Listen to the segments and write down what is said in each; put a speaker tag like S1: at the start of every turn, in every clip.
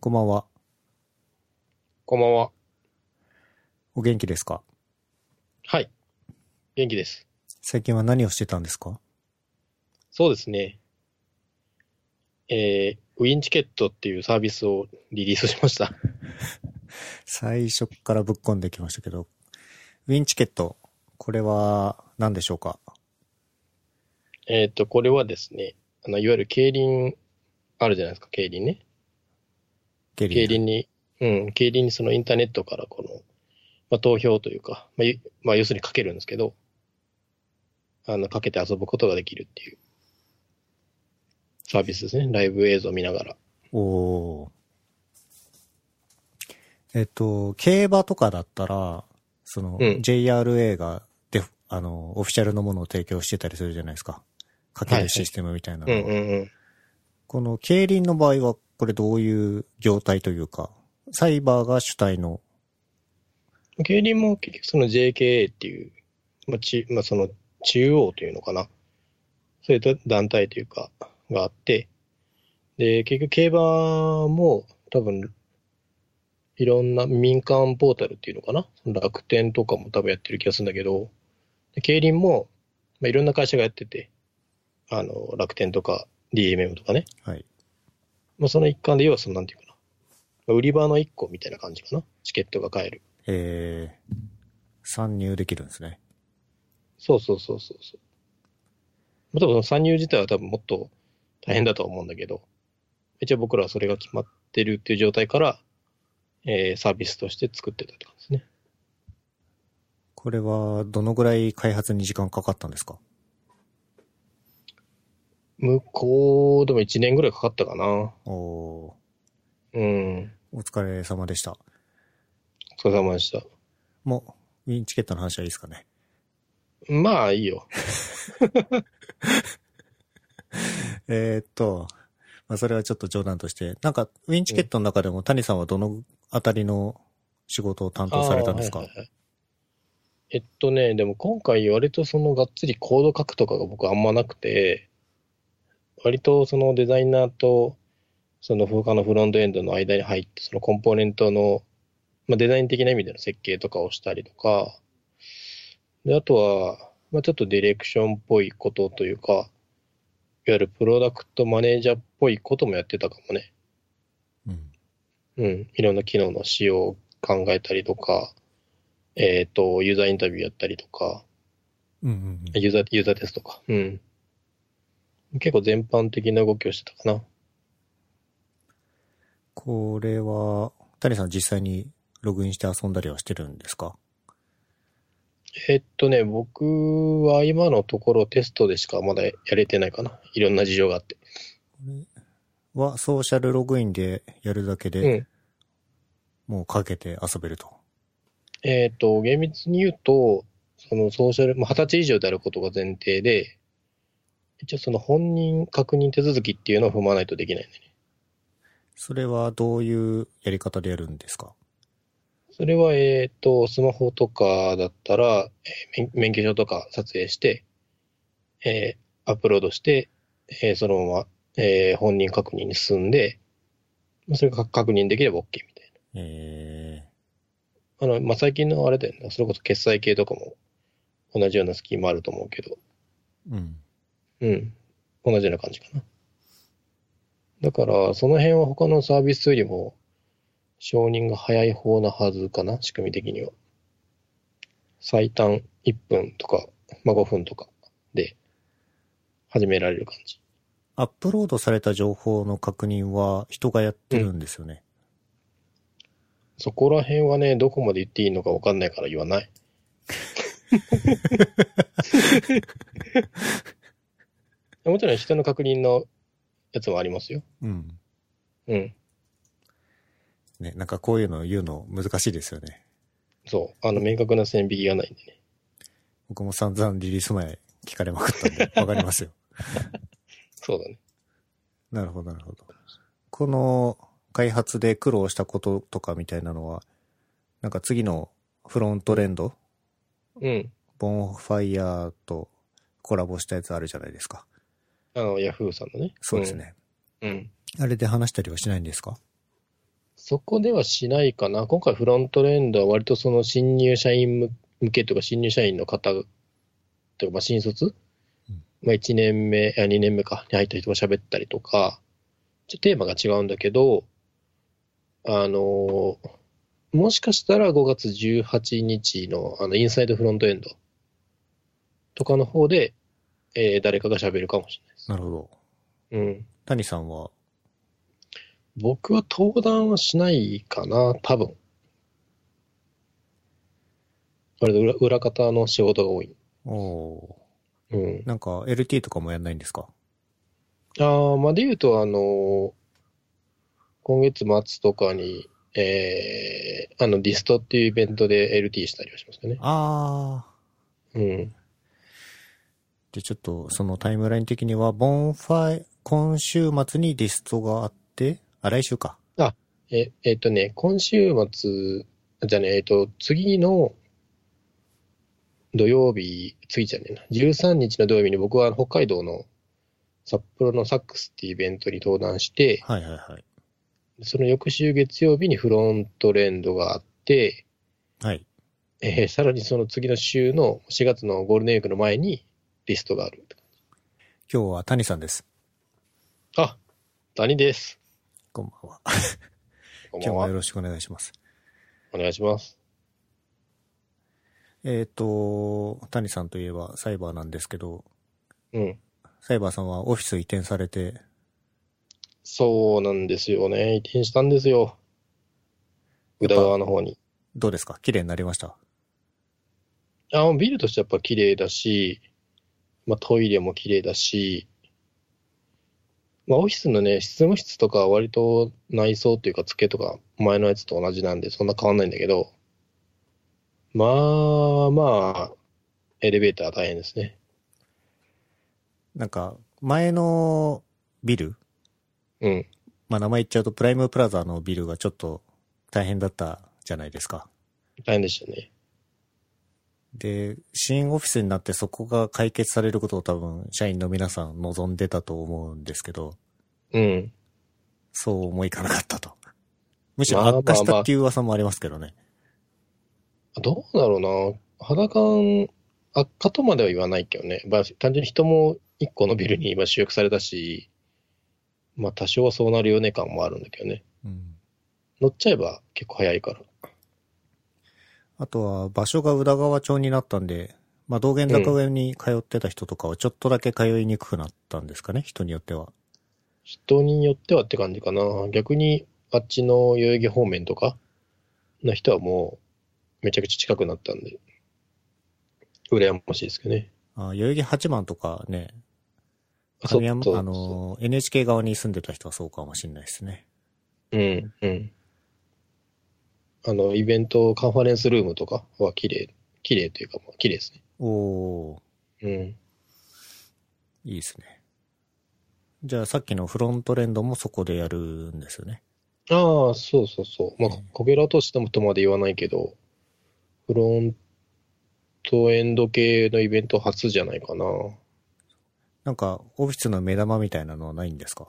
S1: こんばんは。
S2: こんばんは。
S1: お元気ですか
S2: はい。元気です。
S1: 最近は何をしてたんですか
S2: そうですね。えー、ウィンチケットっていうサービスをリリースしました。
S1: 最初からぶっこんできましたけど、ウィンチケット、これは何でしょうか
S2: えっと、これはですね、あの、いわゆる競輪、あるじゃないですか、競輪ね。
S1: ゲ
S2: 競
S1: リ
S2: 輪に、うん、競輪にそのインターネットからこの、まあ、投票というか、まあ、ゆまあ、要するにかけるんですけど、あの、かけて遊ぶことができるっていうサービスですね。ライブ映像を見ながら。
S1: おーえっと、競馬とかだったら、その、
S2: うん
S1: JRA がデフ、あの、オフィシャルのものを提供してたりするじゃないですか。かけ
S2: はい
S1: る
S2: はい
S1: システムみたいな
S2: う
S1: の
S2: ん
S1: は
S2: うんうん。
S1: この競輪の場合は、これどういう業態というか、サイバーが主体の、
S2: 競輪も結局その JKA っていう、まあちまあ、その中央というのかな。そういった団体というか、があって、で、結局競馬も多分、いろんな民間ポータルっていうのかな。楽天とかも多分やってる気がするんだけど、で競輪も、まあ、いろんな会社がやってて、あの、楽天とか DMM とかね。
S1: はい。
S2: まあ、その一環で、要はそのなんていうかな。まあ売り場の一個みたいな感じかな。チケットが買える。
S1: えー、参入できるんですね。
S2: そうそうそうそうそう。まあ、多分その参入自体は多分もっと大変だとは思うんだけど、一応僕らはそれが決まってるっていう状態から、えーサービスとして作ってたって感じですね。
S1: これは、どのぐらい開発に時間かかったんですか
S2: 向こうでも1年ぐらいかかったかな。
S1: おお
S2: うん。
S1: ーお疲れ様でした。
S2: お疲れ様でした。
S1: もう、ウィンチケットの話はいいですかね。
S2: まあいいよ。
S1: えー、っと、まあ、それはちょっと冗談として、なんか、ウィンチケットの中でも谷さんはどのあたりの仕事を担当されたんですか、
S2: あーはいはいはいえっとね、でも今回割とそのがっつりコード書くとかが僕あんまなくて、割とそのデザイナーとその他のフロントエンドの間に入って、そのコンポーネントの、まあ、デザイン的な意味での設計とかをしたりとか、で、あとは、まあ、ちょっとディレクションっぽいことというか、いわゆるプロダクトマネージャーっぽいこともやってたかもね。
S1: うん。
S2: うん、いろんな機能の仕様を考えたりとか、えっ、と、ユーザーインタビューやったりとか、
S1: うんうんうん。
S2: ユーザー、ユーザーテストか。うん。結構全般的な動きをしてたかな。
S1: これは、谷さん実際にログインして遊んだりはしてるんですか
S2: えっとね、僕は今のところテストでしかまだやれてないかな。いろんな事情があって。
S1: は、ソーシャルログインでやるだけ
S2: う
S1: で、
S2: ん。
S1: もうかけて遊べると。
S2: えっと、厳密に言うと、そのソーシャル、まあ、20歳以上であることが前提で、一応その本人確認手続きっていうのを踏まないとできないんだよね。
S1: それはどういうやり方でやるんですか
S2: それは、えっ、と、スマホとかだったら、えー免免許証とか撮影して、えーアップロードして、えーそのまま、えー本人確認に進んで、まあそれが確認できれば OK みたい
S1: え
S2: な。あの、まあ、最近のあれだよね。それこそ決済系とかも同じようなスキームあると思うけど、
S1: ー、うん。
S2: うん。同じような感じかな。だから、その辺は他のサービスよりも、承認が早い方なはずかな、仕組み的には。最短1分とか、まあ、5分とかで始められる感じ。
S1: アップロードされた情報の確認は人がやってるんですよね。
S2: そこら辺はね、どこまで言っていいのか分かんないから言わ ない。もちろん人の確認のやつもありますよ。
S1: うん。
S2: うん。
S1: ね、なんかこういうの言うの難しいですよね。
S2: そう。あの、明確な線引きがないんでね。
S1: 僕も散々リリース前聞かれまくったんで、わかり ますよ。
S2: そうだね。
S1: なるほど、なるほど。この開発で苦労したこととかみたいなのは、なんか次のフロントレンド、
S2: うん。
S1: ボンファイヤーとコラボしたやつあるじゃないですか。
S2: あの、ヤフーさんのね。
S1: そうですね。
S2: うん。うん。
S1: あれで話したりはしないんですか
S2: そこではしないかな。今回フロントエンドは割とその新入社員向向けとか新入社員の方とか、まあ新卒、
S1: うん
S2: まあ1年目、あ2年目かに入った人が喋ったりとか、ちょっとテーマが違うんだけど、あのーもしかしたら5月18日のあのインサイドフロントエンドとかの方で、えー誰かが喋るかもし
S1: なるほど。
S2: れないです。うん。
S1: 谷さんは、
S2: 僕は登壇はしないかな、多分。あれ裏裏方の仕事が多い。
S1: おお
S2: うん
S1: ー。なんか LT とかもやんないんですか
S2: ああ、まあ、で言うと、あのー今月末とかに、えー、あの、ディストっていうイベントで LT したりはしますよね。
S1: ああ。
S2: うん。
S1: で、ちょっとそのタイムライン的には、ボンファイ、今週末にディストがあって、あ、来週か。
S2: え、えっ、とね、今週末、じゃね、えっ、と、次の土曜日、次じゃねえな、13日の土曜日に僕は北海道の札幌のサックスっていうイベントに登壇して、
S1: はいはいはい。
S2: その翌週月曜日にフロントレンドがあって、
S1: はい。
S2: えーさらにその次の週の4月のゴールデンウィークの前にリストがある。
S1: 今日は谷さんです。
S2: あ、谷です。
S1: こんばんは。
S2: こん
S1: 今
S2: ばん
S1: 日もよ
S2: は。
S1: ろしくお願いします。
S2: お願いします。
S1: えっ、と、谷さんといえばサイバーなんですけど、
S2: うん。
S1: サイバーさんはオフィス移転されて、
S2: そうなんですよね。移転したんですよ。宇田川の方に。
S1: どうですか綺麗になりました
S2: あ、もうビルとしてやっぱ綺麗だし、まあトイレも綺麗だし、まあオフィスのね、執務室とかは割と内装というか付けとか前のやつと同じなんでそんな変わんないんだけど、まあまあ、エレベーター大変ですね。
S1: なんか、前のビル
S2: うん。
S1: まあ、名前言っちゃうとプライムプラザのビルがちょっと大変だったじゃないですか。
S2: 大変でしたね。
S1: で、新オフィスになってそこが解決されることを多分社員の皆さん望んでたと思うんですけど、
S2: うん。
S1: そう思いかなかったと。むしろ
S2: まあまあ
S1: 悪化したっていう噂もありますけどね。
S2: どうだろうな。肌感、悪化とまでは言わないけどね。まあ、単純に人も一個のビルに今集約されたし、まあ多少はそうなるよね感もあるんだけどね。
S1: うん
S2: 乗っちゃえば結構早いから。
S1: あとは場所が宇田川町になったんで、まあ、道玄坂上に通ってた人とかはちょっとだけ通いにくくなったんですかね、人によっては。
S2: 人によってはって感じかな。逆にあっちの代々木方面とかの人はもうめちゃくちゃ近くなったんで、羨ましいですけどね。
S1: あ代々木八幡とかね、
S2: あ
S1: 神山
S2: そう
S1: あのー、NHK 側に住んでた人はそうかもしれないですね。
S2: うんうん。あの、イベント、カンファレンスルームとかは綺麗、綺麗というか、まあ綺麗です
S1: おー、
S2: ね。
S1: いいですね。じゃあさっきのフロントレンドもそこでやるんですよね。
S2: うん。ああ、そうそうそう。まあ
S1: うん、
S2: こけらとしてもとまで言わないけど、フロントエンド系のイベント初じゃないかな。
S1: なんか、オフィスの目玉みたいなのはないんですか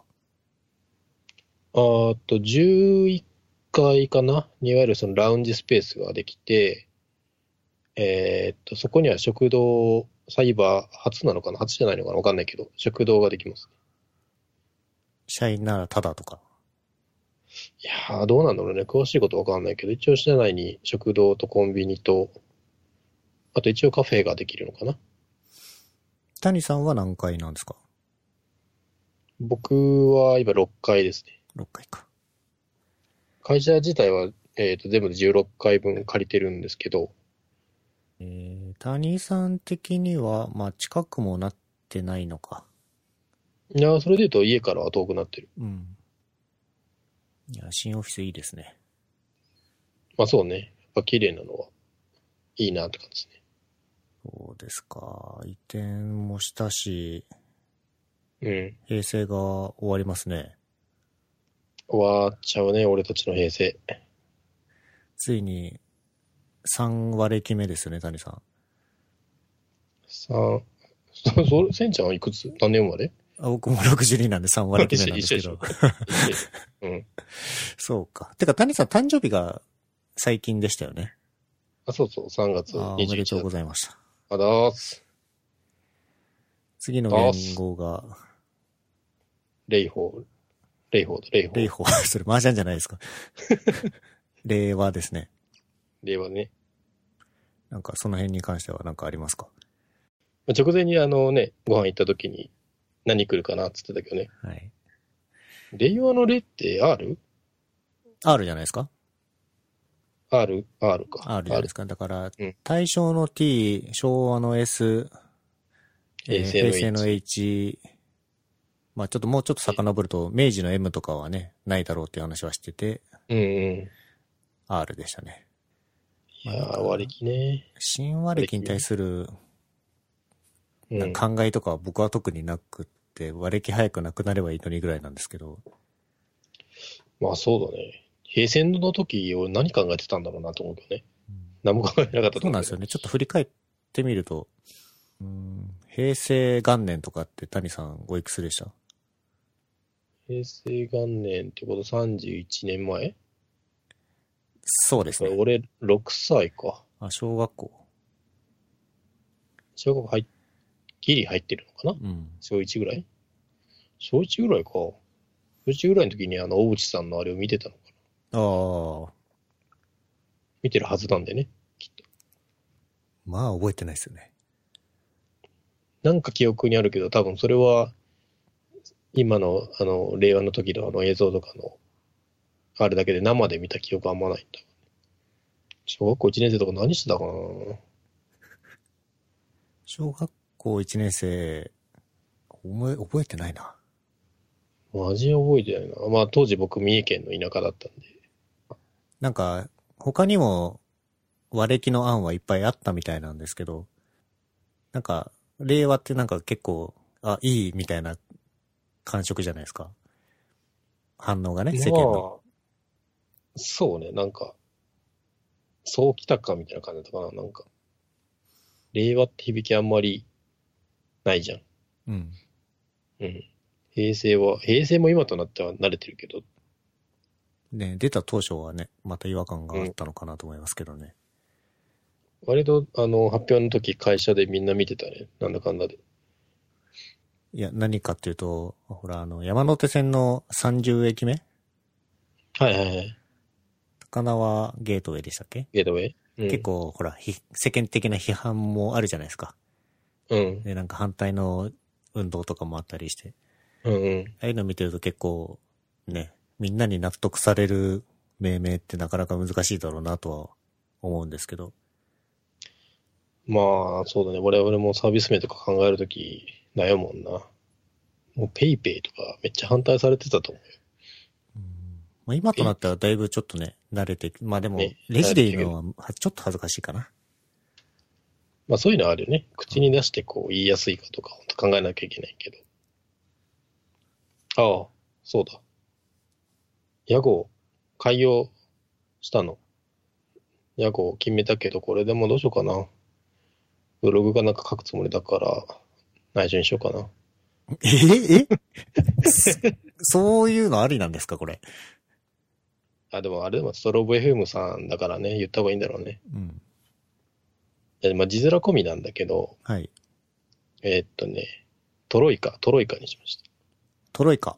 S2: あと、11階かなにいわゆるそのラウンジスペースができて、えーっと、そこには食堂、サイバー、初なのかな初じゃないのかなわかんないけど、食堂ができます。
S1: 社員ならタダとか。
S2: いやー、どうなんだろうね。詳しいことわかんないけど、一応社内に食堂とコンビニと、あと一応カフェができるのかな。
S1: 谷さんは何階なんですか
S2: 僕は今6階ですね。
S1: ?6 階か。
S2: 会社自体は、えー、と全部で16回分借りてるんですけど、
S1: えー、谷さん的には、まあ近くもなってないのか。
S2: いやーそれで言うと家からは遠くなってる。
S1: うん。いや、新オフィスいいですね。
S2: まあそうね。やっぱ綺麗なのはいいなって感じ
S1: そうですか。移転もしたし、
S2: ですね。
S1: 平成が終わりますね。
S2: うん。終わっちゃうね、俺たちの平成。
S1: ついに、3割決めですよね、谷さん。
S2: さあ、そ、そ、せんちゃんはいくつ何年生まれ
S1: あ僕も62なんで3割決めなんですけど。
S2: うん。
S1: そうか。てか、谷さん誕生日が最近でしたよね。
S2: あ、そうそう、3月
S1: あーおめで
S2: 21
S1: とう
S2: 日
S1: ご。ざいました。
S2: あだーす。
S1: 次の言語が、
S2: レイホー。レイホーだ、レイホ
S1: 令
S2: ー。
S1: 法。 それ、麻雀じゃないですか。令和ですね。
S2: 令和ね。
S1: なんか、その辺に関してはなんかありますか
S2: まあ直前にあのね、ご飯行った時に何来るかなって言ってたけどね。
S1: はい。
S2: 令和のレって R?R?R
S1: R じゃないですか
S2: R か。
S1: R じゃないです
S2: か。
S1: か。だから
S2: うん、
S1: 対象の T、昭和の S、えー
S2: 平成の H
S1: 平成の H、まあちょっともうちょっと遡ると、明治の M とかはね、ないだろうっていう話はしてて、
S2: うんうん。
S1: R でしたね。
S2: いやー、割り切ね。
S1: 新和暦に対する
S2: う
S1: なん
S2: ん。
S1: か考えとかは僕は特になくって、和暦早くなくなればいいのにぐらいなんですけど、
S2: まあそうだね。平成の時を何考えてたんだろうなと思うけどね。何も考えてなかったと
S1: そう
S2: 思
S1: なんで
S2: うけ
S1: す
S2: ど
S1: よ。ね。ちょっと振り返ってみると、うん平成元年とかって谷さんおいくつでした
S2: 平成元年ってこと31年前
S1: そうですね。
S2: 俺6歳か。
S1: あ、小学校。
S2: 小学校入っ、ギリ入ってるのかな
S1: うん。
S2: 小1ぐらい小1ぐらいか。小1ぐらいの時にあの、大内さんのあれを見てたのかな
S1: ああ、
S2: 見てるはずなんでね。
S1: まあ覚えてないですよね。
S2: なんか記憶にあるけど、多分それは、今の、あの、令和の時のあの映像とかの、あれだけで生で見た記憶あんまないんだ。小学校1年生とか何してたかな
S1: 小学校1年生、覚え、覚えてないな。
S2: マジ覚えてないな。まあ当時僕三重県の田舎だったんで。
S1: なんか、他にも、和暦の案はいっぱいあったみたいなんですけど、なんか、令和ってなんか結構、あ、いいみたいな感触じゃないですか。反応がね、世間の。
S2: まあそうね、なんか、そうきたかみたいな感じだったかな、なんか。令和って響きあんまりないじゃん。
S1: うん。
S2: うん。平成は、平成も今となっては慣れてるけど、
S1: ね、出た当初はね、また違和感があったのかなと思いますけどね。
S2: 割と、あの、発表の時、会社でみんな見てたね。なんだかんだで。
S1: いや、何かっていうと、ほら、あの、山手線の30駅目
S2: はいはいはい。
S1: 高輪ゲートウェイでしたっけ、
S2: ゲートウェイ。うん、
S1: 結。構、ほら、ひ世間的な批判もあるじゃないですか。
S2: うん。
S1: で、なんか反対の運動とかもあったりして。
S2: うんうん。
S1: ああいうの見てると結構、ね、みんなに納得される命名ってなかなか難しいだろうなとは思うんですけど。
S2: まあ、そうだね。我々もサービス名とか考えるとき、悩むもんな。もう、ペイペイとか、めっちゃ反対されてたと思うよ。
S1: まあ、今となったらだいぶちょっとね、慣れて、まあでも
S2: ね、
S1: レジで言うのははちょっと恥ずかしいかな。
S2: まあ、そういうのはあるよね。口に出して、こう、言いやすいかとか、本当考えなきゃいけないけど。ああ、そうだ。屋号、開業したの。屋号を決めたけど、これでもどうしようかな。ブログかなんか書くつもりだから、内緒にしようかな。
S1: ええ そそういうのありなんですかこれ。
S2: あ、でもあれでもストロボ FM さんだからね、言った方がいいんだろうね。
S1: うん。
S2: えまあ、字面込みなんだけど、
S1: はい。
S2: えーっとね、トロイカ、トロイカにしました。
S1: トロイカ。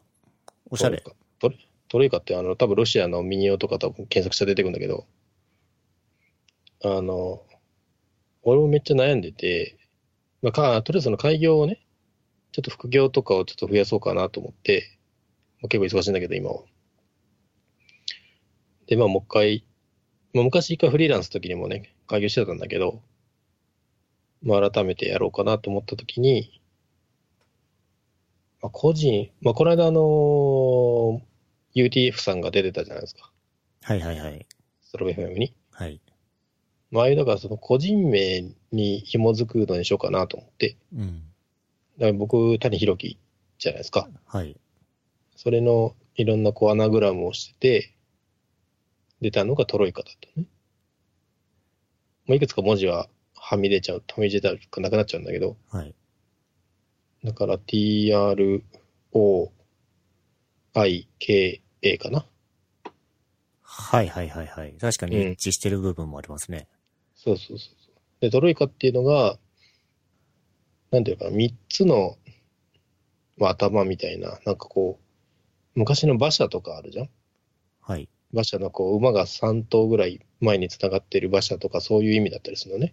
S1: おしゃれ。
S2: トロイカ。トロトロイカって、あの、多分ロシアのミニオとか多分検索したら出てくるんだけど、あの、俺もめっちゃ悩んでて、まあ、かとりあえずその開業をね、ちょっと副業とかをちょっと増やそうかなと思って、まあ、結構忙しいんだけど、今は。で、まあ、もう一回、まあ、昔一回フリーランスの時にもね、開業してたんだけど、まあ、改めてやろうかなと思った時に、まあ、個人、まあ、この間、あのー UTF さんが出てたじゃないですか。
S1: はいはいはい。
S2: ストロベ FM に。
S1: はい。
S2: まあああいう、だからその個人名に紐づくのにしようかなと思って。
S1: うん。
S2: だから僕、谷弘樹じゃないですか。
S1: はい。
S2: それのいろんなこうアナグラムをしてて、出たのがトロイカだったね。もういくつか文字ははみ出ちゃう、はみ出たくなくなっちゃうんだけど、
S1: はい。
S2: だから TROIKA かな。
S1: はいはいはいはい。確かに
S2: うん
S1: 一致してる部分もありますね。
S2: そうそうそうそう。で、トロイカっていうのが、なんていうのかな、3つの、まあ、頭みたいな、なんかこう、昔の馬車とかあるじゃん
S1: はい。
S2: 馬車のこう、馬が3頭ぐらい前に繋がってる馬車とか、そういう意味だったりするのね。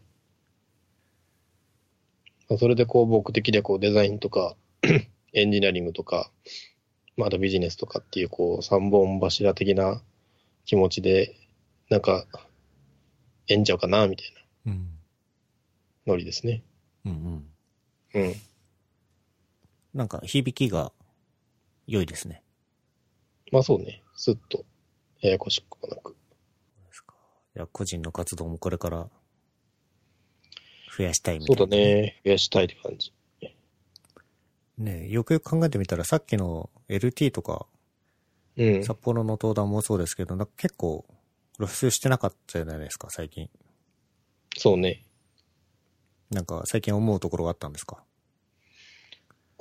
S2: まあそれでこう、僕的でこう、デザインとか、 エンジニアリングとか、まあ、あとビジネスとかっていう、こう、3本柱的な気持ちで、なんか、えんじゃおうかな、みたいな
S1: うん。
S2: ノリですね。
S1: うんうん。
S2: うん。
S1: なんか響きが良いですね。
S2: まあそうね。スッと、ややこしくもなく。
S1: いや、個人の活動もこれから増やしたいみた
S2: そ
S1: いうな。
S2: だ。ね。増やしたいって感じ。
S1: ねよくよく考えてみたらさっきの LT とか
S2: うん。
S1: 札幌の登壇もそうですけど、なんか結構露出してなかったじゃないですか、最近。
S2: そうね。
S1: なんか最近思うところがあったんですか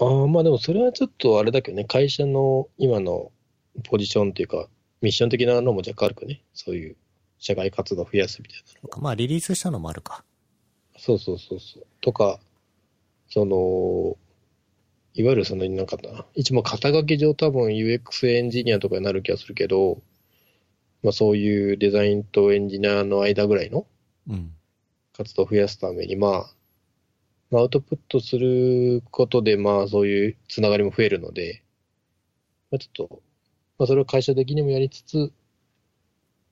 S2: ああ、まあでもそれはちょっとあれだけどね。会社の今のポジションっていうか、ミッション的なのも若干あるかね。そういう社外活動を増やすみたいなのが。
S1: まあリリースしたのもあるか。
S2: そうそうそうそう。とか、その、いわゆるその、なんかな、一応肩書き上多分 UX エンジニアとかになる気がするけど、まあそういうデザインとエンジニアの間ぐらいの
S1: うん。
S2: 活動を増やすために、まあ、まあ、アウトプットすることで、まあ、そういうつながりも増えるので、まあ、ちょっと、まあ、それを会社的にもやりつつ、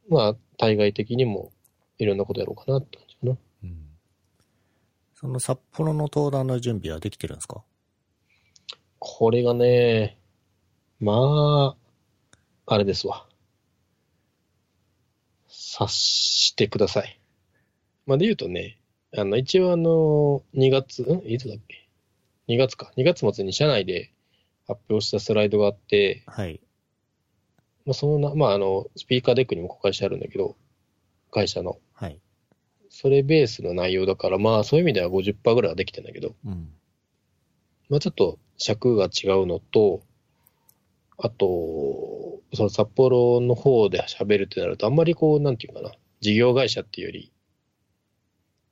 S2: まあ、対外的にもいろんなことやろうかなって感じかな。
S1: うん。その札幌の登壇の準備はできてるんですか
S2: これがね、まあ、あれですわ。察してください。まあ、で言うとね、あの、一応あの、2月、んいつだっけ ?2 月か。2月末に社内で発表したスライドがあって、
S1: はい。
S2: まあ、そのな、まあ、あの、スピーカーデックにも公開してあるんだけど、会社の。
S1: はい。
S2: それベースの内容だから、まあ、そういう意味では50%ぐらいはできてんだけど、
S1: うん。
S2: まあ、ちょっと尺が違うのと、あと、その札幌の方で喋るってなると、あんまりこう、なんていうかな、事業会社っていうより、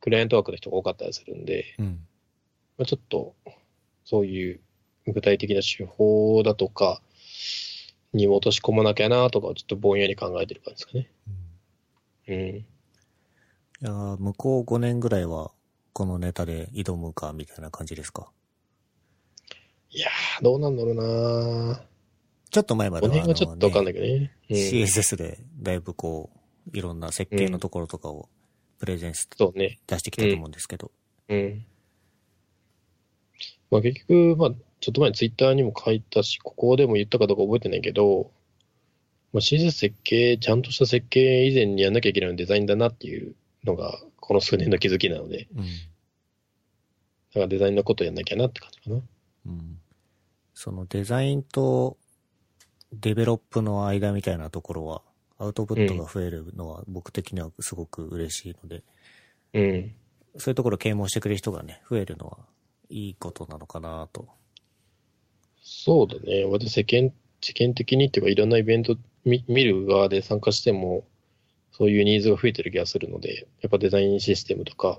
S2: クライアントワークの人が多かったりするんで、
S1: うん。
S2: まあ、ちょっと、そういう具体的な手法だとか、にも落とし込まなきゃなとかをちょっとぼんやり考えてる感じですかね。うん。
S1: いやー向こう5年ぐらいはこのネタで挑むかみたいな感じですか
S2: いやー、どうなんだろうな
S1: ちょっと前まで
S2: この
S1: は、
S2: 辺がちょっとわかんないいけどね。うん、
S1: CSS でだいぶこう、いろんな設計のところとかをプレゼンス
S2: そうね。
S1: 出してきたと思うんですけど。
S2: うん。まあ結局、まあちょっと前にツイッターにも書いたし、ここでも言ったかどうか覚えてないけど、まあ、CSS 設計、ちゃんとした設計以前にやんなきゃいけないのはデザインだなっていうのが、この数年の気づきなので、
S1: うん。
S2: だからデザインのことやんなきゃなって感じかな。
S1: うん。そのデザインとデベロップの間みたいなところは、アウトプットが増えるのは僕的にはすごく嬉しいので、
S2: うん。
S1: そういうところを啓蒙してくれる人がね、増えるのはいいことなのかなと。
S2: そうだね。私世間、世間的にっていうか、いろんなイベント見見る側で参加しても、そういうニーズが増えてる気がするので、やっぱデザインシステムとか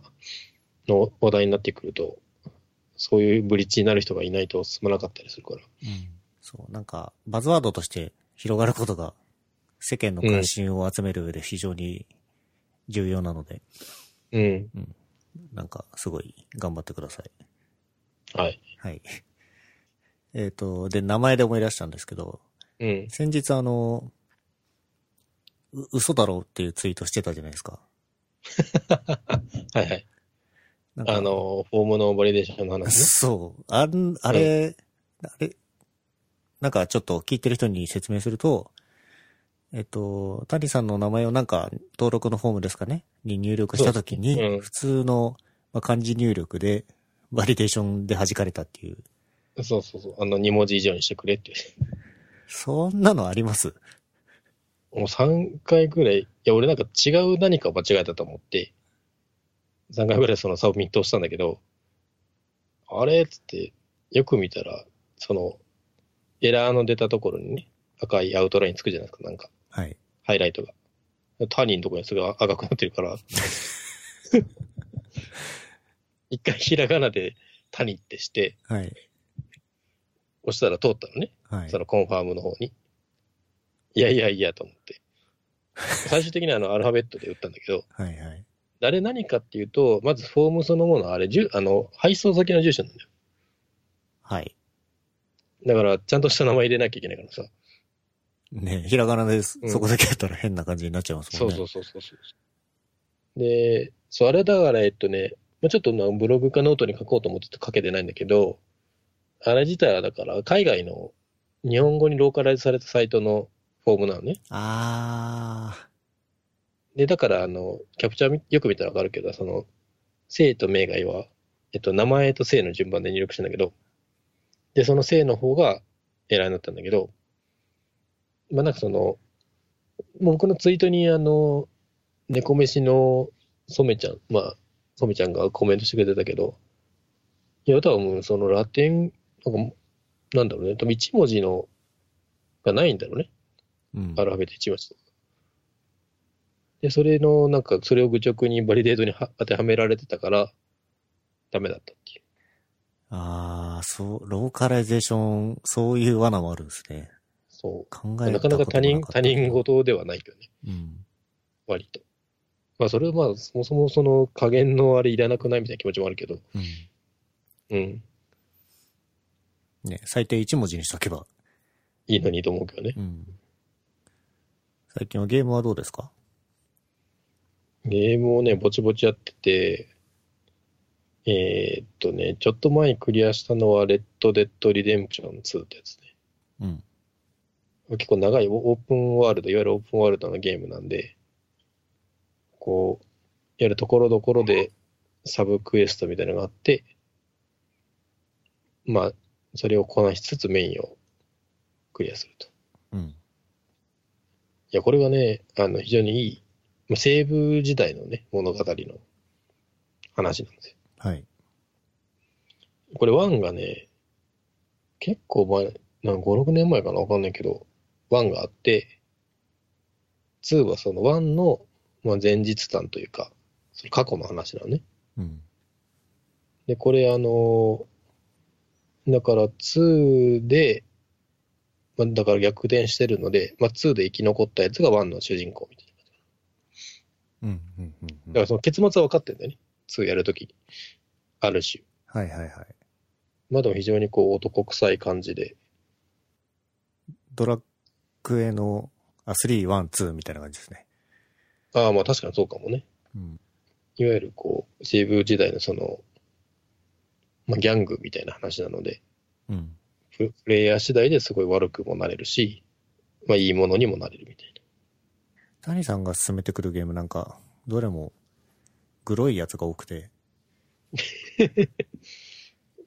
S2: の話題になってくると、そういうブリッジになる人がいないと進まなかったりするから。
S1: そう、なんか、バズワードとして広がることが、世間の関心を集める上で非常に重要なので、
S2: うん。
S1: なんか、すごい、頑張ってください。
S2: はい。
S1: はい。 えっ、と、で、名前で思い出したんですけど、
S2: うん。
S1: 先日あの、う嘘だろうっていうツイートしてたじゃないですか。
S2: はいはい。
S1: なんか
S2: あ、の、フォームのバリデーションの話ね。
S1: そう。あん、あれ、あれ、なんかちょっと聞いてる人に説明すると、えっと、谷さんの名前をなんか登録のフォームですかねに入力したとき
S2: そうですねう
S1: に、
S2: ん
S1: 普通のまあ漢字入力で、バリデーションで弾かれたっていう。
S2: そうそうそう。あの、2文字以上にしてくれっていう。
S1: そんなのあります
S2: もう3回ぐらい、いや、俺なんか違う何かを間違えたと思って、3回ぐらいそのサブミットをしたんだけど、あれっつって、いよく見たら、その、エラーの出たところにね、赤いアウトラインつくじゃないですか、なんか、
S1: はい。
S2: ハイライトが。ターニーのところにすぐ赤くなってるから、一回ひらがなでタニってして、
S1: はい。
S2: 押したら通ったのね。
S1: はい
S2: そ。のコンファームの方に。いやいやいやと思って。最終的にはあのアルファベットで打ったんだけど、
S1: はい。はい。
S2: あれ何かっていうと、まずフォームそのもの、あれ、じゅあの配送先の住所なんだよ。
S1: はい。
S2: だから、ちゃんとした名前入れなきゃいけないからさ。
S1: ねひらがなです
S2: う。ん
S1: そこだけだったら変な感じになっちゃいます
S2: そ
S1: もんね。
S2: うそうそうそうそう。で、そう、あれだから、えっとね、まあ、ちょっとなブログかノートに書こうと思って書けてないんだけど、あれ自体はだから、海外の日本語にローカライズされたサイトのフォームなのね。
S1: あ
S2: で、だから、あの、キャプチャーみよく見たらわかるけど、その、姓と名が要は、えっと、名前と姓の順番で入力してんだけど、で、その姓の方がエラーになったんだけど、まあ、なんかその、もう僕のツイートに、あの、猫飯の染ちゃん、まあ、染ちゃんがコメントしてくれてたけど、いや、あとはもう、そのラテン、なんか、なんだろうね、多分一文字の、がないんだろうね。
S1: ー。うん
S2: ア。ルファベット1文字とか。で、それの、なんか、それを愚直にバリデートには当てはめられてたから、ダメだったっていう。
S1: ああ、そう、ローカライゼーション、そういう罠もあるんですね。
S2: そ
S1: 考
S2: う。
S1: え
S2: な
S1: たこと
S2: かな
S1: も
S2: か他人、
S1: った
S2: 他人。事ではないけどね、
S1: うん。
S2: 割と。まあ、それはまあ、そもそもその加減のあれいらなくないみたいな気持ちもあるけど、
S1: うん。
S2: うん。
S1: ね、最低1文字にしとけば。
S2: いいのにと思うけどね。
S1: うん。最近はゲームはどうですか
S2: ゲームをね、ぼちぼちやってて、えーっとね、ちょっと前にクリアしたのは、レッド・デッド・リデンプション2ってやつね。
S1: うん。
S2: 結構長いオオープンワールド、いわゆるオープンワールドのゲームなんで、こう、やるところどころでサブクエストみたいなのがあって、まあ、それをこなしつつメインをクリアすると。
S1: うん。
S2: いや、これがね、あの、非常にいい、まあ、西部時代のね、物語の話なんですよ。
S1: はい。
S2: これ1がね、結構前、なんか5、6年前かなわかんないけど、1があって、2はその1の、まあ、前日談というか、その過去の話なのね。
S1: うん。
S2: で、これあのーだから2で、まあ、だから逆転してるので、まあ、2で生き残ったやつが1の主人公みたいな。
S1: うん。うん。うん
S2: だからその結末は分かってんだよね。2やるときに。ある種。
S1: はいはいはい。
S2: まあでも非常にこう男臭い感じで、
S1: ドラクエの、あ、3、1、2みたいな感じですね。
S2: ああまあ確かにそうかもね。
S1: うん。
S2: いわゆるこう、西部時代のその、まあ、ギャングみたいな話なので、
S1: うん。
S2: ププレイヤー次第ですごい悪くもなれるし、まあいいものにもなれるみたい
S1: 谷さんが進めてくるゲームなんか、どれも、グロいやつが多くて、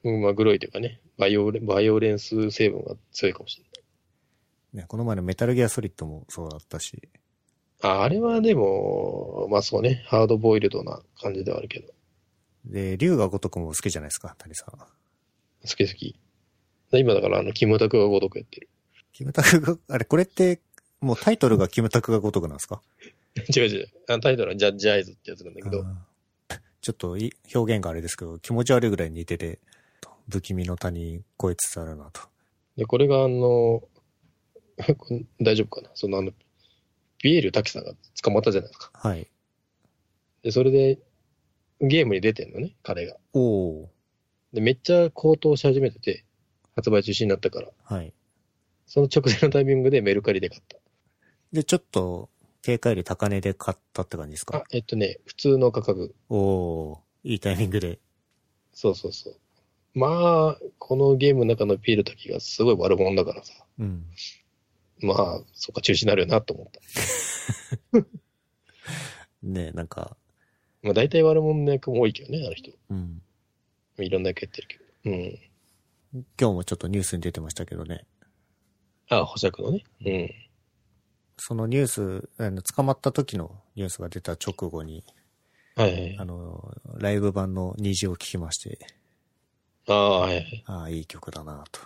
S2: な。うん、まあグロいというかね、バイオレバイオレンス成分が強いかもしれ
S1: ね、この前のメタルギアソリッドもそうだったし、
S2: ない。ああれはでも、まあそうね、ハードボイルドな感じではあるけど、
S1: で、竜が如くも好きじゃないですか、谷さん。
S2: 好き好き。今だからあの、キムタクがごとくやってる。
S1: キムタクが、あれ、これって、もうタイトルがキムタクが如くなんですか
S2: 違う違う。あのタイトルはジャッジアイズってやつなんだけど、
S1: あーちょっとい表現があれですけど、気持ち悪いぐらい似てて、不気味の谷超えつつあるなと。
S2: で、これがあの、 大丈夫かなそのあの、ビエール滝さんが捕まったじゃないですか。
S1: はい。
S2: で、それで、ゲームに出てんのね、彼が。
S1: おお
S2: で、めっちゃ高騰し始めてて、発売中止になったから、
S1: はい。
S2: その直前のタイミングでメルカリで買っ
S1: で、ちょっと、定価より高値で買ったって感じです
S2: た。あ
S1: か、
S2: えっとね、普通の価格。
S1: おおーいいタイミングで。
S2: そうそうそう。まあ、このゲームの中のビール滝がすごい悪者だからさ、
S1: うん。
S2: まあ、そっか、中止になるよなと思った。
S1: ねえなんか、
S2: まあ、大体悪者の役も多いけどね、あの人。
S1: うん。
S2: いろんな役やってるけど。うん。
S1: 今日もちょっとニュースに出てましたけどね。
S2: あ、保釈のね。うん。
S1: そのニュース、あの、捕まった時のニュースが出た直後に、
S2: はいはい。
S1: あの、ライブ版の虹を聞きまして、
S2: あああ、はいはい。
S1: ああ、いい曲だなと。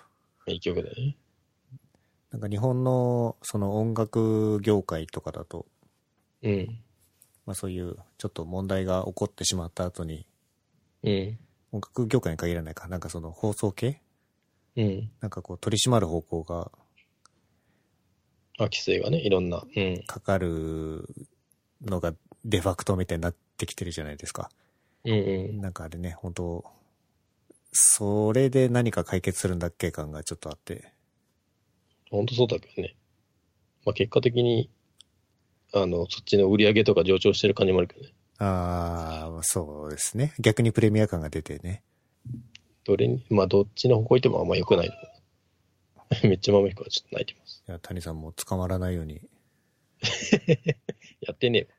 S2: いい曲だね。
S1: なんか日本のその音楽業界とかだと、
S2: うん。
S1: まあそういうちょっと問題が起こってしまった後に、
S2: うん。
S1: 音楽業界に限らないか、なんかその放送系
S2: うん。
S1: なんかこう取り締まる方向が
S2: あ、規制がね、いろんな。うん。
S1: かかるのがデファクトみたいになってきてるじゃないですか。
S2: うんうん。
S1: なんかあれね、本当それで何か解決するんだっけ感がちょっとあって。
S2: 本当そうだけどね。まあ結果的に、あの、そっちの売り上げとか上昇してる感じもあるけどね。
S1: ああ、そうですね。逆にプレミア感が出てね。
S2: どれに、まあどっちの 方向いてもあんま良くない。めっちゃ豆彦はちょっと泣いてます。
S1: いや、谷さんも捕まらないように
S2: やってねえわ。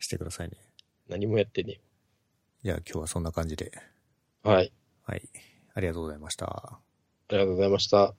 S1: してくださいね。
S2: 何もやってね
S1: いや、今日はそんな感じで。
S2: えわ。はい。
S1: はい。ありがとうございました。
S2: ありがとうございました。